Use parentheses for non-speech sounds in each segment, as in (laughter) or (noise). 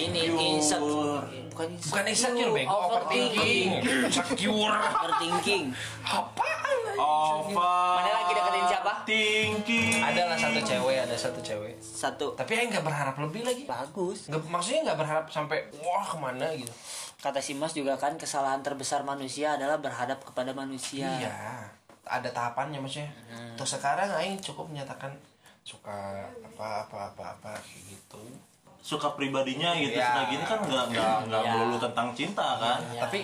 Ya, bukan Bukan insecure, bego. Overthinking. Insecure. overthinking Apaan? Oh. Over. Mana lagi deketin siapa? Thinking. Ada lah satu cewek, ada satu cewek. satu Tapi Aing nggak berharap lebih lagi. bagus Nggak, maksudnya nggak berharap sampai wah kemana gitu. kata si Mas juga kan kesalahan terbesar manusia adalah berhadap kepada manusia Iya. Ada tahapannya maksudnya. Tuh sekarang Aing cukup menyatakan suka apa apa apa apa kayak gitu. Suka pribadinya gitu. Iya. Sudah gini kan nggak nggak nggak Iya. melulu tentang cinta kan. Iya. Tapi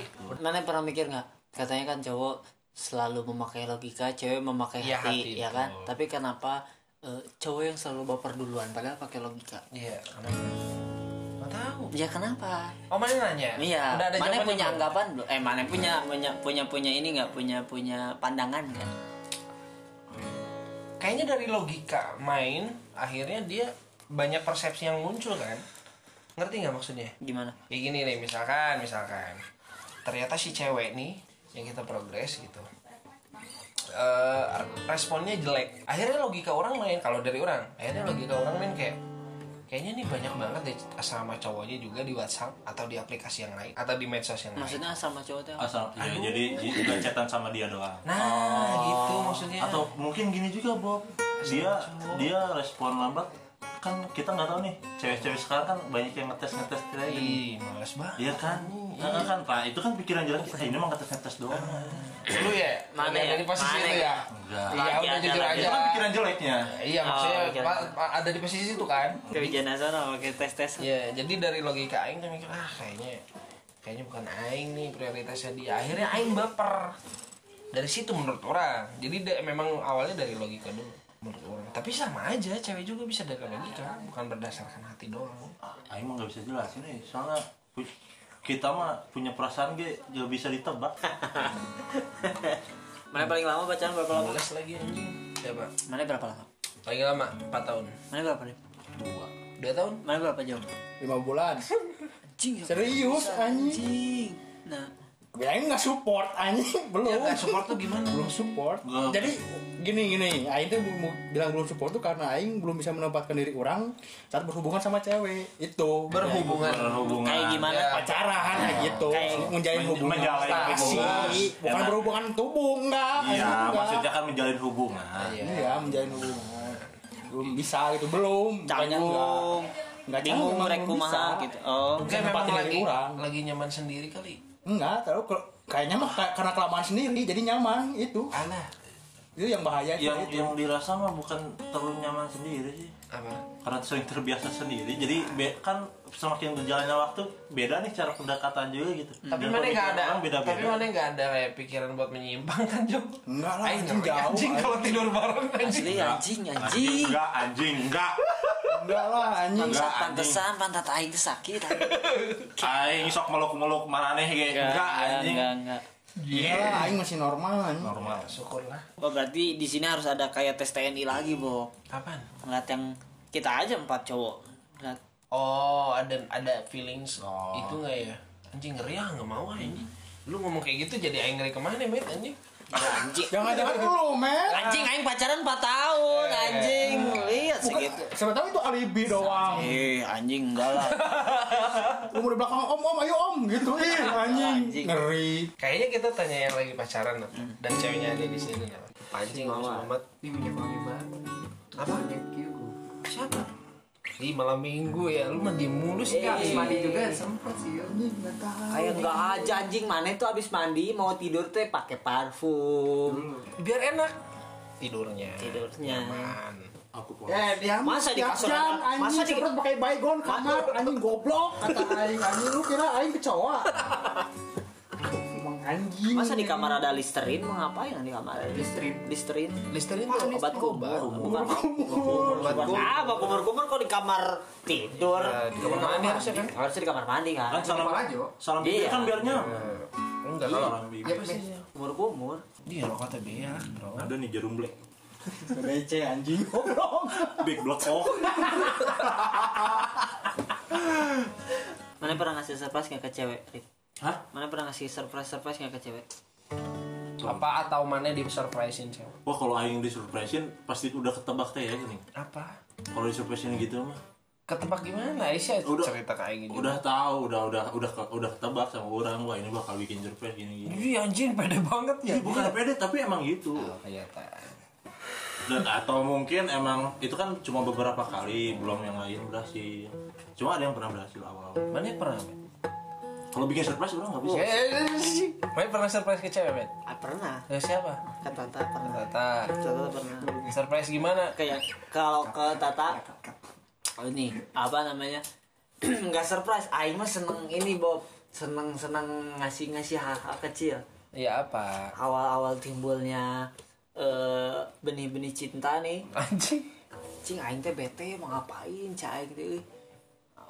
Mana pernah mikir nggak? Katanya kan cowok selalu memakai logika, cewek memakai Iya, hati, hati, ya kan? betul. Tapi kenapa eh, cowok yang selalu baper duluan padahal pakai logika? iya. kenapa? Nggak tahu. Ya kenapa? Oh mana nanya? Iya. Udah Mana ada jawabannya punya belum? anggapan belum? Eh, mana punya punya punya punya ini nggak? Punya punya pandangan kan? Kayaknya dari logika main akhirnya dia banyak persepsi yang muncul kan. Ngerti nggak maksudnya? Gimana? Kayak gini nih misalkan, misalkan ternyata si cewek nih yang kita progres gitu. eh, responnya jelek. Akhirnya logika orang main kalau dari orang. Akhirnya logika orang main kayak kayaknya nih banyak banget deh sama cowoknya juga di WhatsApp atau di aplikasi yang lain atau di medsos yang lain. Maksudnya sama cowok tuh? apa? Asal ya, jadi nggak chatan sama dia doang. Nah, Oh. gitu maksudnya. Atau mungkin gini juga Bob. Dia dia respon lambat kan kita nggak tahu nih cewek-cewek sekarang kan banyak yang ngetes ngetes Iya. kayak gini. Ih, males banget. Iya kan? Nah, kan, Pak. Itu kan pikiran jelek. Eh, ini mah ngetes-ngetes doang. Lu ya? Mana Dari- ya? Dari posisi Mana itu ya? ya? Enggak. Iya, Lagi udah ada jujur lagi. Itu aja. kan pikiran jeleknya. Iya, maksudnya Oh, oke, Pak, oke. Pak, ada di posisi itu kan. Kerjaan nasional pakai tes tes. Ya, jadi dari logika aing kan mikir, ah kayaknya kayaknya bukan aing nih prioritasnya dia. Akhirnya aing baper. Dari situ menurut orang. Jadi da- memang awalnya dari logika dulu menurut orang. Tapi sama aja, cewek juga bisa dari logika, bukan berdasarkan hati doang. Aing Ah, mah nggak bisa jelasin nih, soalnya pu- kita mah punya perasaan ge gak bisa ditebak. (laughs) Mana paling lama bacaan berapa lama? Males lagi anjing. Coba. Mana berapa lama? Paling lama 4 tahun. Mana berapa nih? 2 tahun? Mana berapa jam? lima bulan Anjing. ya. serius Anjing. anjing Nah, Aing nggak support anjing (laughs) belum Enggak support tuh gimana? belum support Belum. jadi gini gini Aing tuh mau bilang belum support tuh karena Aing belum bisa menempatkan diri orang saat berhubungan sama cewek itu Berhubungan. Berhubungan. kayak gimana? Ya. pacaran kayak gitu Kayak menjalin men- hubungan menjalin prestasi hubungan. bukan Emang- berhubungan tubuh enggak Iya, Aing enggak. maksudnya kan menjalin hubungan. iya menjalin hubungan belum bisa gitu belum canggung Nggak canggung, bingung emang mereka belum bisa. kumaha gitu oh Mungkin memang Nempatin diri lagi orang. lagi nyaman sendiri kali. enggak terus ke- kayaknya mah ka- karena kelamaan sendiri jadi nyaman itu Alah, itu yang bahaya Yang itu yang dirasa mah bukan terlalu nyaman sendiri sih. apa? Karena sering terbiasa sendiri, jadi be- kan semakin berjalannya waktu beda nih cara pendekatan juga gitu. Tapi Dan mana nggak pemikiran ada, orang beda-beda. tapi mana nggak ada kayak pikiran buat menyimpang kan Jo? Enggak lah, Aing anjing, ngeri, jauh, Anjing anjing. kalau tidur bareng anjing. asli anjing anjing Enggak anjing, enggak. enggak lah anjing Bangsat anjing. pantesan pantat aing teh sakit anjing. Aing sok meluk-meluk maraneh kayak enggak anjing. enggak enggak enggak lah aing masih Iya. normal anjing. Normal. Syukurlah. oh berarti di sini harus ada kayak tes TNI lagi bo Kapan? ngeliat yang kita aja empat cowok ngeliat Oh, ada ada feelings itu nggak ya? Anjing ngeri ah nggak mau anjing. Lu ngomong kayak gitu jadi aing ngeri kemana met anjing? Ah, gila, anjing jangan-jangan gitu dulu men anjing aing pacaran 4 tahun anjing lihat segitu siapa tahu itu alibi doang eh anjing enggak lah umur di belakang om om ayo om gitu ih Anjing. anjing ngeri Kayaknya kita tanya yang lagi pacaran apa? Hmm. dan ceweknya ada di sini. apa? Anjing Mas Muhammad. Ini punya wangi banget. Apa? Siapa? Di malam minggu ya, lu mandi mulu sih. Iya, habis anjing. mandi juga Eh, semprot sih. Ini kayak enggak aja anjing mana itu habis mandi mau tidur teh pakai parfum Biar enak tidurnya. tidurnya Aman. eh dia Masa di kasur jangan ada- anjing masa masa di- pakai baygon kamar anjing goblok kata aing anjing lu kira aing kecoa emang anjing Masa di kamar ada listerin mau ngapain di kamar? Listerine. Listerin. Listerine tuh obat obat. kumur. Bukan Bukan Obat kumur. apa kumur-kumur kok di kamar tidur? Iya Ya, di kamar mandi harusnya kan? Harusnya di kamar mandi kan. Kan salam Normal aja. salam Iya. bibir kan biar nyaman. Enggak kalau Salam bibir. Ya pasti. Kumur-kumur. Dia rokok teh beak, bro. Ada nih jarum black. receh anjing goblok Big black oh. Mana pernah ngasih surprise nggak ke cewek? Rit? Hah? Mana pernah ngasih surprise surprise nggak ke cewek? Apa atau mana di surprisein cewek? Wah kalau aing disurprisein pasti udah ketebak teh ya gini. Apa? Kalau disurprisein gitu mah ketebak gimana Aisyah Udah. cerita ke Aing gini. udah tahu udah udah udah udah tebak sama orang wah ini bakal bikin surprise gini Ih, gini anjing pede banget ya. Ih, bukan pede tapi emang gitu Oh, kenyataan. dan atau mungkin emang itu kan cuma beberapa kali belum yang lain berhasil cuma ada yang pernah berhasil awal Mana pernah? Bet? kalau bikin surprise orang nggak bisa Eh, Mana pernah surprise ke cewek, Bet? Ah, pernah. Ke siapa? Ke Tata pernah. Tata. Ke Tata pernah. Surprise gimana? Kayak ya. kalau ke Tata oh, ini apa namanya? (clears throat) Enggak surprise. Aing mah seneng ini Bob. Seneng-seneng ngasih-ngasih hal-hal kecil. Ya apa? Awal-awal timbulnya eh, benih-benih cinta nih. Anjing. Cing aing teh bete mau ngapain cai gitu.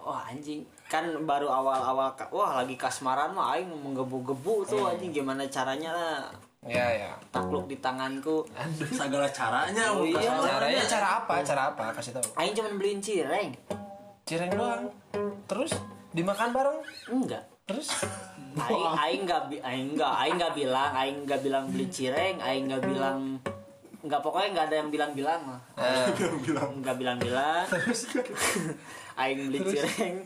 Wah anjing kan baru awal-awal ka- wah lagi kasmaran mah aing menggebu-gebu tuh anjing gimana caranya lah Ya ya. takluk di tanganku. segala caranya Oh, iya. bukan salah. Caranya cara apa? Cara apa? Kasih tahu. Aing cuma beliin cireng. Cireng doang. Terus dimakan bareng. Enggak. Terus Aing aing enggak aing enggak aing enggak bilang aing enggak bilang beli cireng, aing enggak bilang enggak pokoknya enggak ada yang bilang-bilang lah. (laughs) Eh, Enggak bilang-bilang. (laughs) aing beli cireng,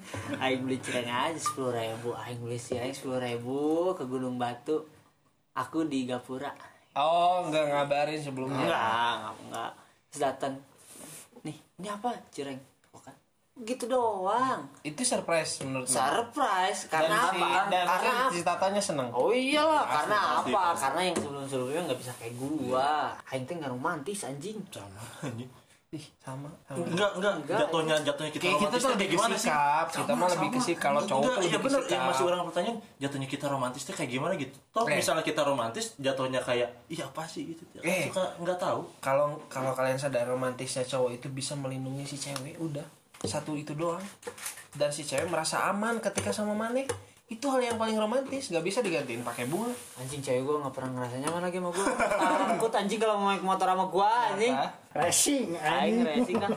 aing beli cireng aja 10.000 aing beli cireng 10.000 ke Gunung Batu. Aku di Gapura. oh nggak ngabarin sebelumnya. Enggak, enggak, enggak. Terus datang. Nih, ini apa cireng? Bukan. Gitu doang. Itu surprise menurut lu? Surprise Hmm. Dan karena si, apa? dan Karena si tatanya seneng. Oh iyalah, karena pasti, apa? pasti. Karena yang sebelum-sebelumnya nggak bisa kayak Iya. gua. Aing teh nggak romantis anjing. Anjing. Ih, sama. sama. enggak enggak jatuhnya jatuhnya kita Kayak kita romantis tuh tuh lebih ke gimana sih? sikap, kita mah lebih ke sikap. Kalau cowok Enggak, tuh iya lebih ke bener yang sikap. masih orang pertanyaan jatuhnya kita romantis tuh kayak gimana gitu toh Eh. misalnya kita romantis jatuhnya kayak iya apa sih gitu Eh. suka nggak tahu Kalau kalau kalian sadar romantisnya cowok itu bisa melindungi si cewek, udah satu itu doang. Dan si cewek merasa aman ketika sama Mane. Itu hal yang paling romantis, gak bisa digantiin pakai bunga. Anjing cewek gua nggak pernah ngerasain nyaman lagi sama gua. Takut anjing kalau mau naik motor sama gua anjing. Racing, eh. Aing racing kan.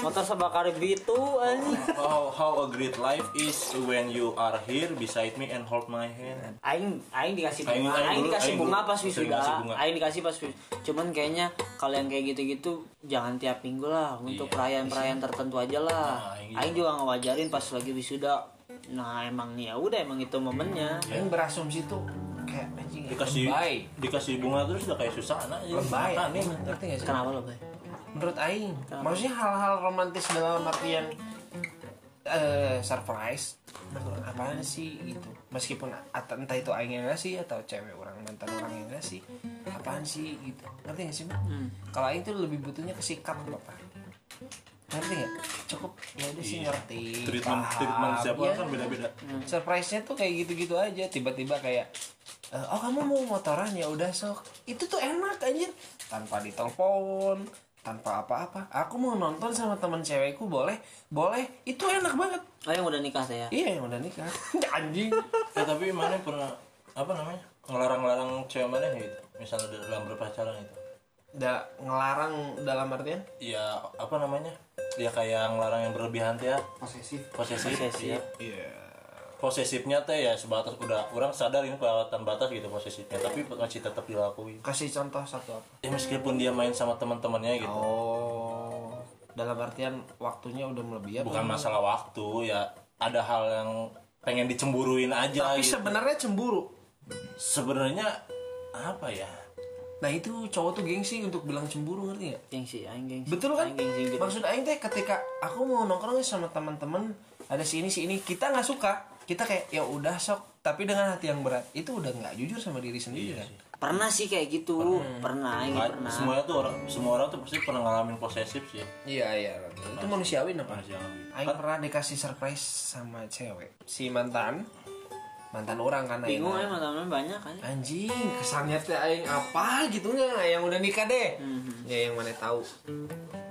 Motor sebakar itu anjing. how how a great life is when you are here beside me and hold my hand Aing aing dikasih Aing- bunga, aing aing dulu, dikasih aing bunga dulu. pas Aing wisuda. dikasih bunga. Aing dikasih pas wisuda. Cuman kayaknya kalau yang kayak gitu-gitu jangan tiap minggu lah untuk Iya, perayaan-perayaan tertentu aja lah. Nah, aing Aing juga ngewajarin pas lagi wisuda. Nah emang ya udah emang itu momennya. Yang berasumsi tuh kayak anjing dikasih Iya, lebay. dikasih bunga terus udah kayak susah anak Lebay. nih Ngerti gak sih? Kenapa lo, Bay? Menurut Aing, maksudnya hal-hal romantis dalam artian eh surprise menurut apaan sih gitu meskipun at- entah itu Aing yang ngasih atau cewek orang mantan orang yang ngasih apaan sih gitu ngerti gak sih Mbak? kalau Aing tuh lebih butuhnya ke sikap bapak ngerti gak cukup ya udah sih ngerti Iya. treatment paham, treatment siapa ya. kan beda beda surprise-nya tuh kayak gitu-gitu aja tiba-tiba kayak "Eh, oh kamu mau motoran ya udah sok itu tuh enak anjir tanpa ditelepon tanpa apa-apa aku mau nonton sama teman cewekku boleh boleh itu enak banget Oh yang udah nikah saya. iya yang udah nikah (laughs) anjing eh tapi mana pernah apa namanya ngelarang-larang cewek mana gitu misalnya dalam berpacaran itu udah ngelarang dalam artian ya apa namanya ya kayak ngelarang yang berlebihan teh ya Posesif. posesif Posesif. iya posesifnya teh ya sebatas udah orang sadar ini kelewatan batas gitu posesifnya tapi masih tetap dilakuin kasih contoh satu apa ya meskipun dia main sama teman-temannya gitu oh dalam artian waktunya udah melebihi apa? bukan masalah waktu ya ada hal yang pengen dicemburuin aja tapi gitu. sebenarnya cemburu sebenarnya apa ya nah itu cowok tuh gengsi untuk bilang cemburu ngerti gak Gengsi, aing gengsi. Betul kan? Aing gengsi gitu. Maksud aing teh ketika aku mau nongkrong ya sama teman-teman ada si ini si ini kita nggak suka kita kayak ya udah sok tapi dengan hati yang berat itu udah nggak jujur sama diri sendiri kan? Pernah sih kayak gitu. Pernah, aing Nggak- pernah. semuanya tuh orang semua orang tuh pasti pernah ngalamin posesif sih gitu. Iya iya itu manusiawi namanya. Manusiawi. Aing pernah dikasih surprise sama cewek si mantan mantan orang kan aing. Bingung ya teman-teman banyak kan. anjing kesannya teh aing apa gitu nggak yang udah nikah deh ya yang mana tahu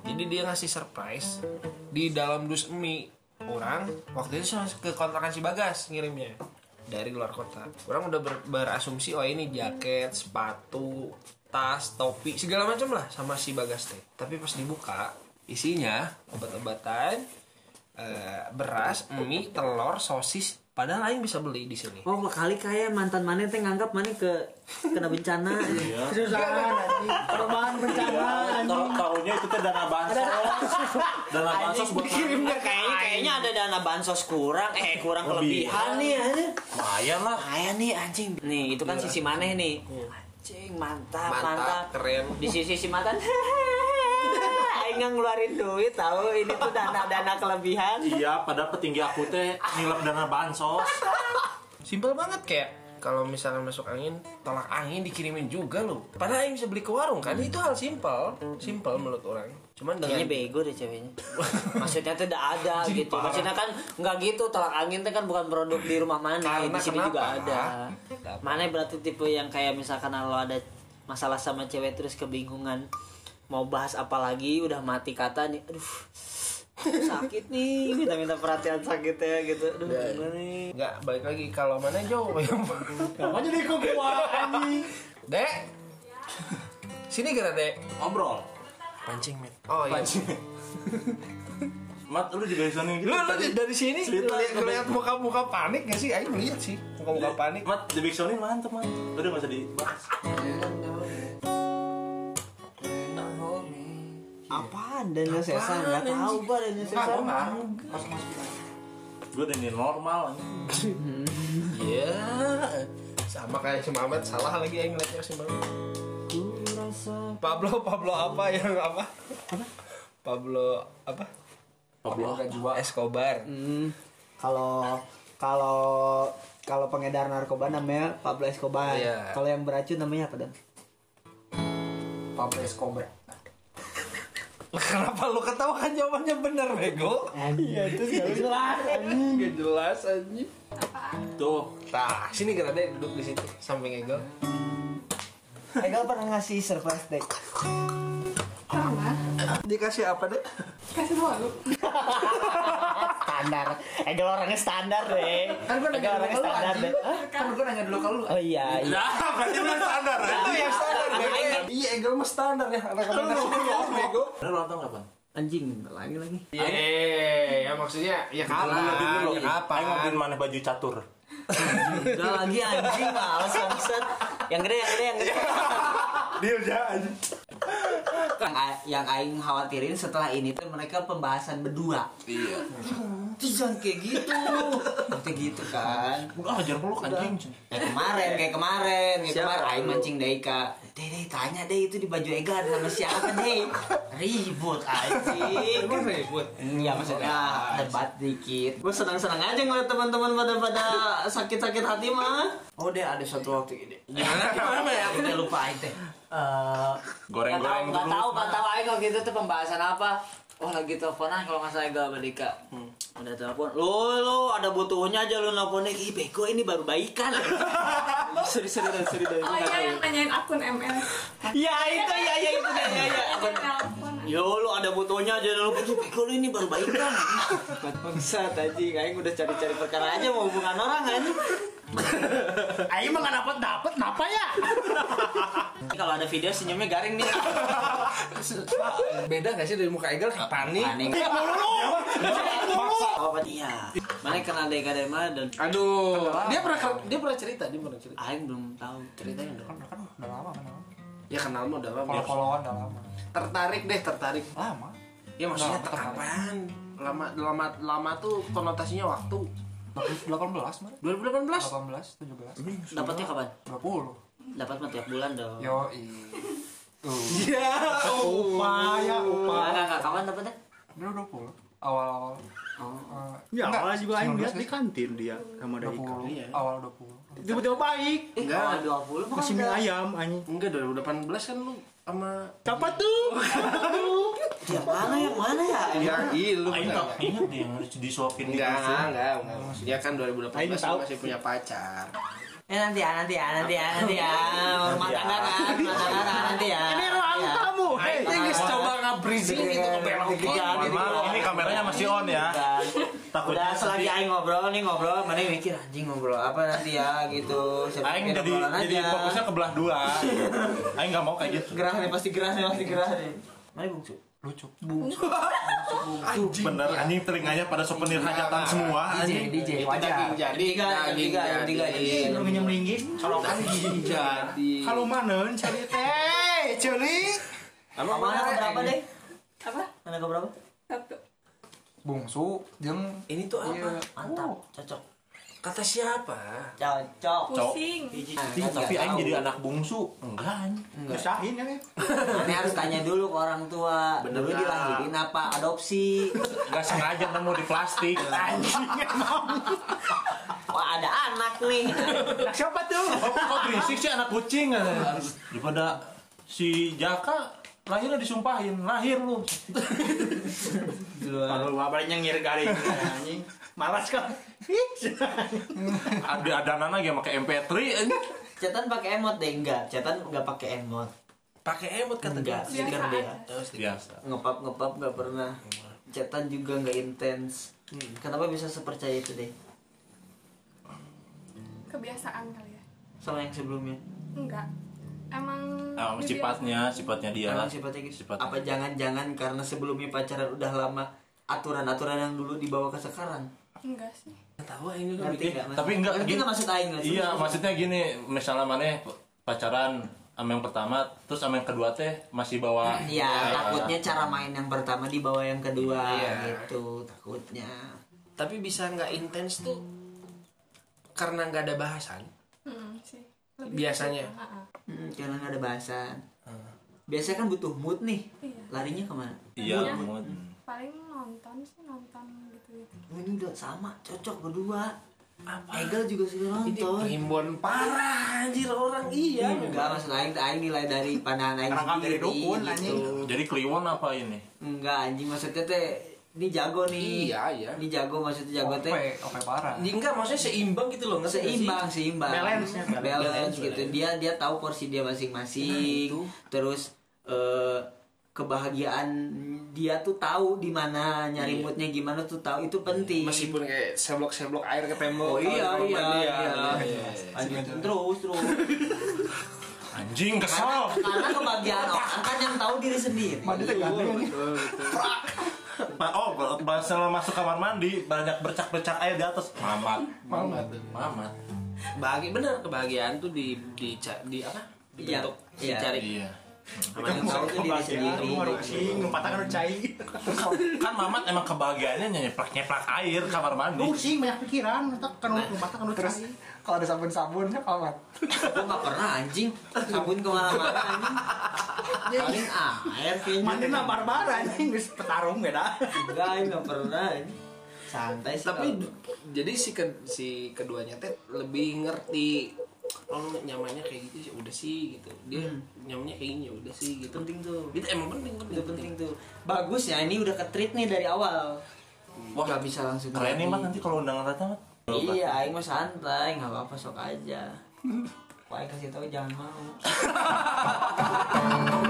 jadi dia ngasih surprise di dalam dus mie orang waktu itu sama- ke kontrakan si bagas ngirimnya dari luar kota orang udah ber- berasumsi oh ini jaket sepatu tas topi segala macam lah sama si bagas teh tapi pas dibuka isinya obat-obatan eh, beras mie telur sosis Padahal aing bisa beli di sini. Oh, kali kayak mantan mana teh nganggap mana ke kena bencana. Kesusahan anjing. Perumahan (laughs) bencana anjing. Tau- Taunya itu teh Ya, dana bansos. Dana bansos buat Kirimnya kayaknya kayaknya ada dana bansos kurang, eh kurang Lebih. kelebihan nih anjing. lumayan lah. Kayak nih anjing. Nih, itu kan sisi mana nih? Anjing, mantap, Mantap, mantap. keren. Di sisi si mantan. (laughs) Aing nggak ngeluarin duit tahu ini tuh dana-dana kelebihan. Iya, padahal petinggi aku teh ngilep dana bansos. Simpel banget kayak kalau misalnya masuk angin, tolak angin dikirimin juga lu. Padahal aing bisa beli ke warung kan. Itu hal simpel, simpel menurut orang. Cuman dengan Kayaknya bego deh (laughs) ceweknya. Maksudnya tuh udah ada gitu. Maksudnya kan nggak gitu. Tolak angin tuh kan bukan produk di rumah mana. Karena di sini kenapa? juga ada. Kenapa? Mana berarti tipe yang kayak misalkan lo ada masalah sama cewek terus kebingungan mau bahas apa lagi udah mati kata nih. Aduh sakit nih minta-minta perhatian sakitnya gitu. Aduh Iya, gimana nih. nggak balik lagi kalau mana jauh yang Kenapa jadi kok gua anjing? Dek. Sini gara Dek. Ngobrol. Pancing, Met. Oh iya. (laughs) Mat, lu gitu juga bisa nih. Lu, lu di- dari sini Cerita ngeliat ke ngeliat muka-muka panik gak sih? Aing lihat sih muka-muka panik. Mat, di Big Sony mantep, Mat. Udah gak usah dibahas. Iya. Apaan Daniel Sesa? Gak tau gua Daniel Sesa. Gue udah ini normal. Iya. Sama kayak si Mamet salah lagi aing ngeliatnya si Mamet. Pablo Pablo apa yang apa? Pablo apa? Pablo Escobar. kalau kalau kalau pengedar narkoba namanya Pablo Escobar. Iya. Kalau yang beracun namanya apa dan? Pablo Escobar. Kenapa lu ketawa kan jawabannya bener bego? Iya itu gak jelas anjing. Gak jelas anjing. Tuh, Nah, sini kan ada duduk di situ samping Ego. Egal pernah ngasih surprise deck. Dikasih apa deh? Kasih doang lu. (laughs) Standar. Egal orangnya standar deh. Kan gua nanya Egal dulu orangnya ke lu standar anjing. deh. Hah? Kan gua nanya dulu ke lu. Oh iya, iya. Ya, berarti lu standar. Itu yang Nah, standar bego. Iya, Ego mah standar ya. Rekomendasi bego. ini ulang tahun kapan? Anjing lagi lagi. Iya, ya maksudnya ya kapan? Ya kapan? Ayo ngobrolin mana baju catur. Udah lagi anjing males bangsat. Yang gede yang gede yang gede. Deal ya aja. yang, Kan, a- yang aing khawatirin setelah ini tuh mereka pembahasan berdua. Iya. Terus jangan kayak gitu. Kayak gitu kan. Ah, jangan peluk anjing. Kayak kemarin, kayak kemarin, kayak kemarin aing mancing Daika. Deh, deh, tanya deh itu di baju Egan sama siapa deh. Ribut anjing. Emang ribut. Iya maksudnya debat dikit. Gue senang-senang aja ngeliat teman-teman pada pada sakit-sakit hati mah. Oh deh ada satu waktu ini. Gimana (laughs) gimana ya? Udah lupa aing teh. Eh, Goreng-goreng Gak dulu. tahu, gak tahu aing waktu itu gitu tuh pembahasan apa. Oh lagi teleponan kalau nggak salah gak Dika. Udah telepon. Lu lu ada butuhnya aja lu nelponnya. Ih bego ini baru baikan. (laughs) Sorry sorry sorry, sorry. sorry. Oh iya yang nanyain akun ML. Ya itu ya ya itu ya ya. ya. Akun Apa- telepon. Yo lu ada butuhnya aja lu pergi bego lu ini baru baikan. Bangsa tadi kayak udah cari-cari perkara aja mau hubungan orang kan. Aing mah nggak dapat dapat, napa ya? Kalau ada video senyumnya garing nih. Beda gak sih dari muka Egal? Panik. (laughs) Aneh. Oh iya. Mana kenal Deka dari mana dan Aduh. Dia pernah dia pernah cerita, dia pernah cerita. Aing belum tahu ceritanya dong. Kan udah lama kan lama. Ya kenal mah udah lama. Follow-followan udah lama. Tertarik deh, tertarik. Lama. Ya maksudnya ter- apaan? Lama lama lama tuh konotasinya waktu. 18 mana? 2018. 18, Iya. 17, Dapatnya kapan? 20. Dapat mah tiap bulan dong. Yo, i. Tuh, Ya. Upaya, Enggak, upaya. enggak, enggak. Eh, kapan dapatnya? baru 20. Awal-awal. eh, Ya, enggak, awalnya juga aing lihat 19 di kantin dia sama dari 20. Iya. Awal 20. Tiba-tiba baik. Eh, Enggak. enggak. 20 mah Masih mie ayam anjing. Enggak 2018 kan lu sama Siapa tuh? Yang mana yang mana ya? Ya, iya lu Aing enggak. tak ingat deh yang disuapin di Enggak, kasur. enggak, enggak. Dia kan 2018 Aing lu tahu. masih punya pacar. Eh nanti ya, nanti ya, nanti ya, nanti ya. Rumah tangga kan, rumah tangga kan, nanti ya. Ini ruang Ya. tamu. Hei, Aing guys coba ngabrizing itu ke belokan. Mohon maaf, ini kameranya masih on ya. Dan udah Takutnya selagi nanti- Aing ngobrol nih ngobrol, mana yang mikir anjing ngobrol apa nanti ya gitu. Siapa Aing yang jadi ngobrolan jadi aja. (laughs) fokusnya ke belah dua. Aing nggak mau kayak gitu. gerah nih pasti gerah nih pasti gerah nih. Mana bungsu? lucu Tuh, bener anjing telinganya pada souvenir hajatan semua anjing. DJ Daging jadi, daging jadi, jadi. Minum linggis. Kalau kan jadi. Kalau mana cari teh, celi. Emang Mana bener, keberapa Eng? deh? Apa? Mana keberapa? Satu. bungsu jeng Ini tuh apa? Iya, Mantap, cocok. Kata siapa? Oh. Cocok. Pusing. Nah, Tapi nggak aing tahu. jadi anak bungsu. Enggak anjing. Usahin ya. Nih. Ini harus tanya dulu ke orang tua. Bener dulu nggak? dilahirin apa? Adopsi. Enggak sengaja nemu di plastik. Anjing emang. (laughs) Wah, ada anak (laughs) nih. Siapa (laughs) tuh? Kok kok berisik sih anak kucing anjing? Daripada si Jaka lahirnya disumpahin, lahir lu. Kalau babarnya nyengir (laughs) garing anjing. Malas (laughs) kan. Ada adanan lagi yang pakai MP3 anjing. Cetan pakai emot deh enggak? Cetan enggak pakai emot. Pakai emot kata dia. Enggak, stiker Biasa dia. aja. Oh, stiker. Biasa. Ngepap ngepap enggak pernah. Cetan juga enggak intens. Hmm. Kenapa bisa sepercaya itu deh? Kebiasaan kali ya. Sama yang sebelumnya. Enggak. Emang Ah, dibilang- sifatnya, sifatnya dia lah. Emang sifatnya gitu. Sifatnya. Apa jangan-jangan karena sebelumnya pacaran udah lama aturan-aturan yang dulu dibawa ke sekarang? Enggak sih. Tahu Eng juga. Ngerti Eh, enggak? Mas? tapi enggak, Ngerti gini. enggak maksud aing? Mas? Iya, maksudnya gini, misalnya mana pacaran sama yang pertama, terus sama yang kedua teh masih bawa. Iya, Ya. takutnya cara main yang pertama dibawa yang kedua Iya. gitu, takutnya. Tapi bisa nggak intens tuh karena nggak ada bahasan. Hmm, sih. Biasanya. Heeh. Hmm, karena nggak ada bahasan. Biasanya kan butuh mood nih. Iya. Larinya kemana? Iya, Iya. mood. Paling nonton sih nonton gitu-gitu. Oh, ini udah sama, cocok berdua. Egel juga sudah nonton. Primbon parah anjir orang iya. Enggak maksud aing, aing nilai dari pandangan aing gitu. Ngerangkap dari dukun, anjing. Jadi kliwon apa ini? Enggak anjing maksudnya teh ini jago nih. Iya, iya. Ini jago maksudnya jago oke teh. oke parah Jadi Enggak maksudnya seimbang gitu loh, ngerti nggak sih? seimbang seimbang Balance, ya, balance, balance. gitu dia dia tahu porsi dia masing-masing Nah, itu. terus eh, kebahagiaan dia tuh tahu di mana nyari moodnya gimana tuh tahu itu penting Meskipun kayak seblok-seblok air ketemu. oh iya kalau di iya rumah dia. iya, Iya, iya. Lanjutin terus terus Anjing kesal. karena kebahagiaan orang kan yang tahu diri sendiri Ma- oh, setelah masuk kamar mandi banyak bercak-bercak air di atas. Mamat. Mamat. Mamat. Bahagia bener kebahagiaan tuh di di ca- di apa? Iya, Dibentuk, iya. dicari. Iya. Sama yang tahu tuh diri sendiri Sing numpatan kan (laughs) cai. Kan Mamat emang kebahagiaannya nyeplak-nyeplak air kamar mandi. sing banyak pikiran, entar kan numpatan kan terus. kalau ada sabun-sabun amat gue nggak pernah anjing sabun kemana-mana anjing paling air kayaknya Mandi mah barbar anjing geus petarung ya dah. Enggak, enggak pernah. Santai sih. Tapi kalau- jadi si ke- si keduanya teh lebih ngerti oh lu nyamannya kayak gitu sih udah sih gitu. Dia nyamannya kayak gini ya udah sih gitu. penting tuh. Itu emang penting Itu penting tuh. Bagus ya, ini udah ke-treat nih dari awal. Wah, nggak bisa langsung. Keren nih mati. Mat nanti kalau undangan Rata Mat. Iya, aing mah santai, enggak apa-apa sok aja. Wah, aing kasih tahu jangan mau.